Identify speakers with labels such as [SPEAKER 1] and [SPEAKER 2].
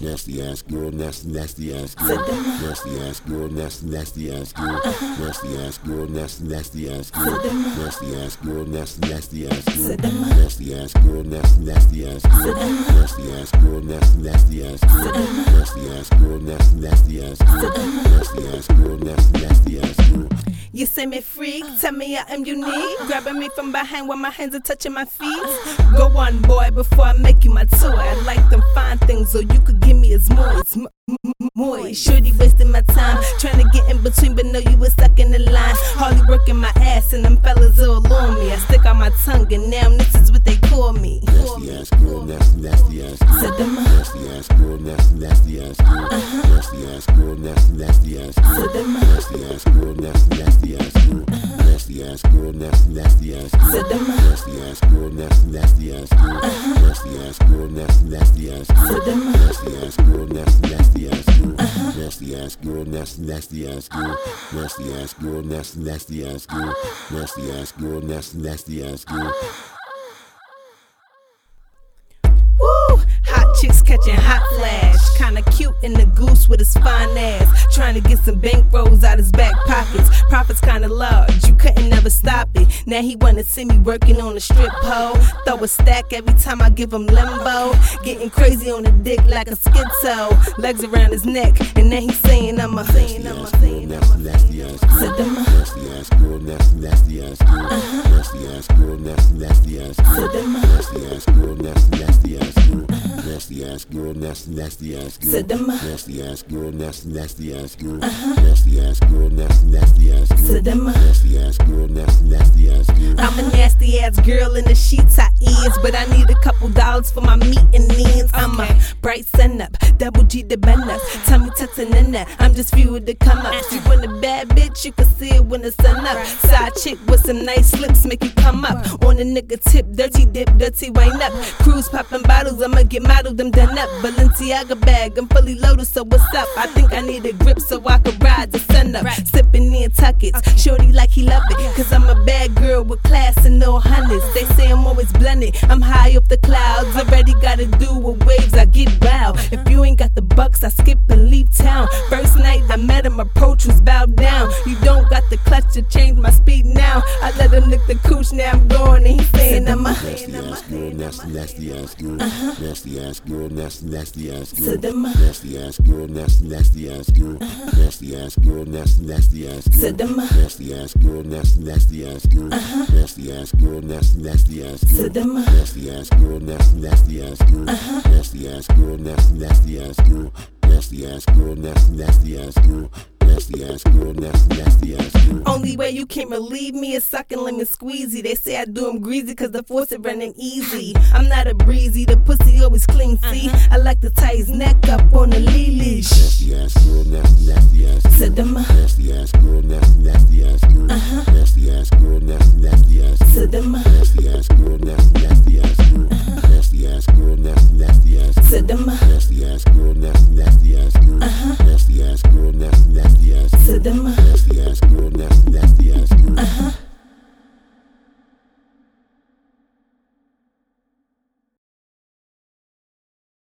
[SPEAKER 1] nasty ass girl, nasty nasty ass girl, nasty ass girl, nasty nasty ass girl, nasty ass girl, nasty nasty ass girl, nasty ass girl, nasty nasty ass girl, nasty ass girl, nasty nasty ass girl, nasty ass girl, nasty nasty ass girl, nasty ass girl, nasty nasty ass girl, nasty ass girl, nasty nasty ass girl.
[SPEAKER 2] You say me freak, tell me I am unique. Grabbing me from behind while my hands are touching my feet. Go on, boy, before I make you my toy. I like them fine things, so you could give me as moist. M- m- m- Moist, shorty wasting my time. Trying to get in between, but no, you was stuck in the line. Hardly working my ass, and them fellas all on me. I stick out my tongue, and now this is what they call me.
[SPEAKER 1] Nasty ass girl, nasty, nasty ass girl.
[SPEAKER 2] Said them.
[SPEAKER 1] Nasty ass girl, nasty, nasty ass girl. Nasty ass girl, nasty, nasty ass girl. Nasty ass girl, nasty, nasty ass girl. Nasty ass girl, nasty, nasty ass girl.
[SPEAKER 2] Said them.
[SPEAKER 1] Nasty ass girl, nasty, nasty ass girl. Nasty ass girl, nasty, nasty ass girl.
[SPEAKER 2] Said them.
[SPEAKER 1] Nasty ass girl, nasty, nasty ass girl. Nasty ass girl, nasty, nasty ass girl. Nasty ass girl, nasty, nasty ass girl. Nasty ass girl, nasty, nasty ass girl.
[SPEAKER 2] Woo! Hot chicks catching hot flash. Kinda cute in the goose with his fine ass. Trying to get some bank rolls out his back pockets. Profits kinda large, you couldn't never stop it. Now he wanna see me working on the strip pole. Throw a stack every time I give him limbo. Getting crazy on the dick like a schizo. Legs around his neck, and then he's saying I'm a. Saying I'm a. Saying I'm a.
[SPEAKER 1] Nasty ass girl.
[SPEAKER 2] Said them.
[SPEAKER 1] Nasty ass girl, nasty, nasty ass girl. Nasty ass girl, nasty, nasty ass girl. Nasty ass girl, nasty, nasty ass girl. Nasty ass girl, nasty, nasty ass girl.
[SPEAKER 2] Said them.
[SPEAKER 1] Nasty ass girl, nasty, nasty ass girl. Nasty ass girl, nasty, nasty ass girl.
[SPEAKER 2] Said them.
[SPEAKER 1] Nasty ass girl, nasty, nasty ass girl.
[SPEAKER 2] I'm a nasty ass girl in the sheets I is, but I need a couple dollars for my meat and ends. I'm a bright sun up, double G the banners. Tummy tucks and in that. I'm just few with the come up. You want a bad bitch, you can see it when the sun up. Side chick with some nice slips make you come up. On a nigga tip, dirty dip, dirty wind up. Cruise popping bottles, I'ma get modeled, them done up. Balenciaga bag, I'm fully loaded, so what's up? I think I need a grip so I can ride the sun up. Sipping in tuckets, shorty like he love it. Cause I'm a bad girl with class and no hundreds. They say I'm always blended, I'm high up the clouds. Already gotta do with waves, I get wild. If you ain't got the bucks, I skip and leave town. First night I met him, approach was bowed down. You don't got the clutch to change my speed now. I let him lick the cooch, now I'm going and he's saying I'm a.
[SPEAKER 1] Nasty ass girl, nasty, nasty ass girl. Nasty ass girl, nasty, nasty ass girl.
[SPEAKER 2] Said them.
[SPEAKER 1] Nasty ass girl, nasty, nasty ass girl. Nasty ass girl, nasty, nasty ass girl.
[SPEAKER 2] Said them.
[SPEAKER 1] Nasty ass girl, nasty, nasty ass girl. Nasty ass girl, nasty, nasty ass girl.
[SPEAKER 2] Said them.
[SPEAKER 1] Nasty ass girl, nasty, nasty ass girl. Nasty ass girl, nasty, nasty ass girl. Nasty ass girl, nasty, nasty ass girl. Nasty ass girl, nasty, nasty ass girl.
[SPEAKER 2] Only way you can relieve me is sucking lemon squeezy. They say I do 'em greasy 'cause the force is running easy. I'm not a breezy, the pussy always clean, see? I like to tie his neck up on the lily.
[SPEAKER 1] Nasty ass girl, nasty, nasty ass girl.
[SPEAKER 2] Said them. uh-huh.
[SPEAKER 1] Nasty ass girl, nasty, nasty ass girl. Nasty ass girl, nasty,
[SPEAKER 2] uh-huh. uh-huh. uh-huh.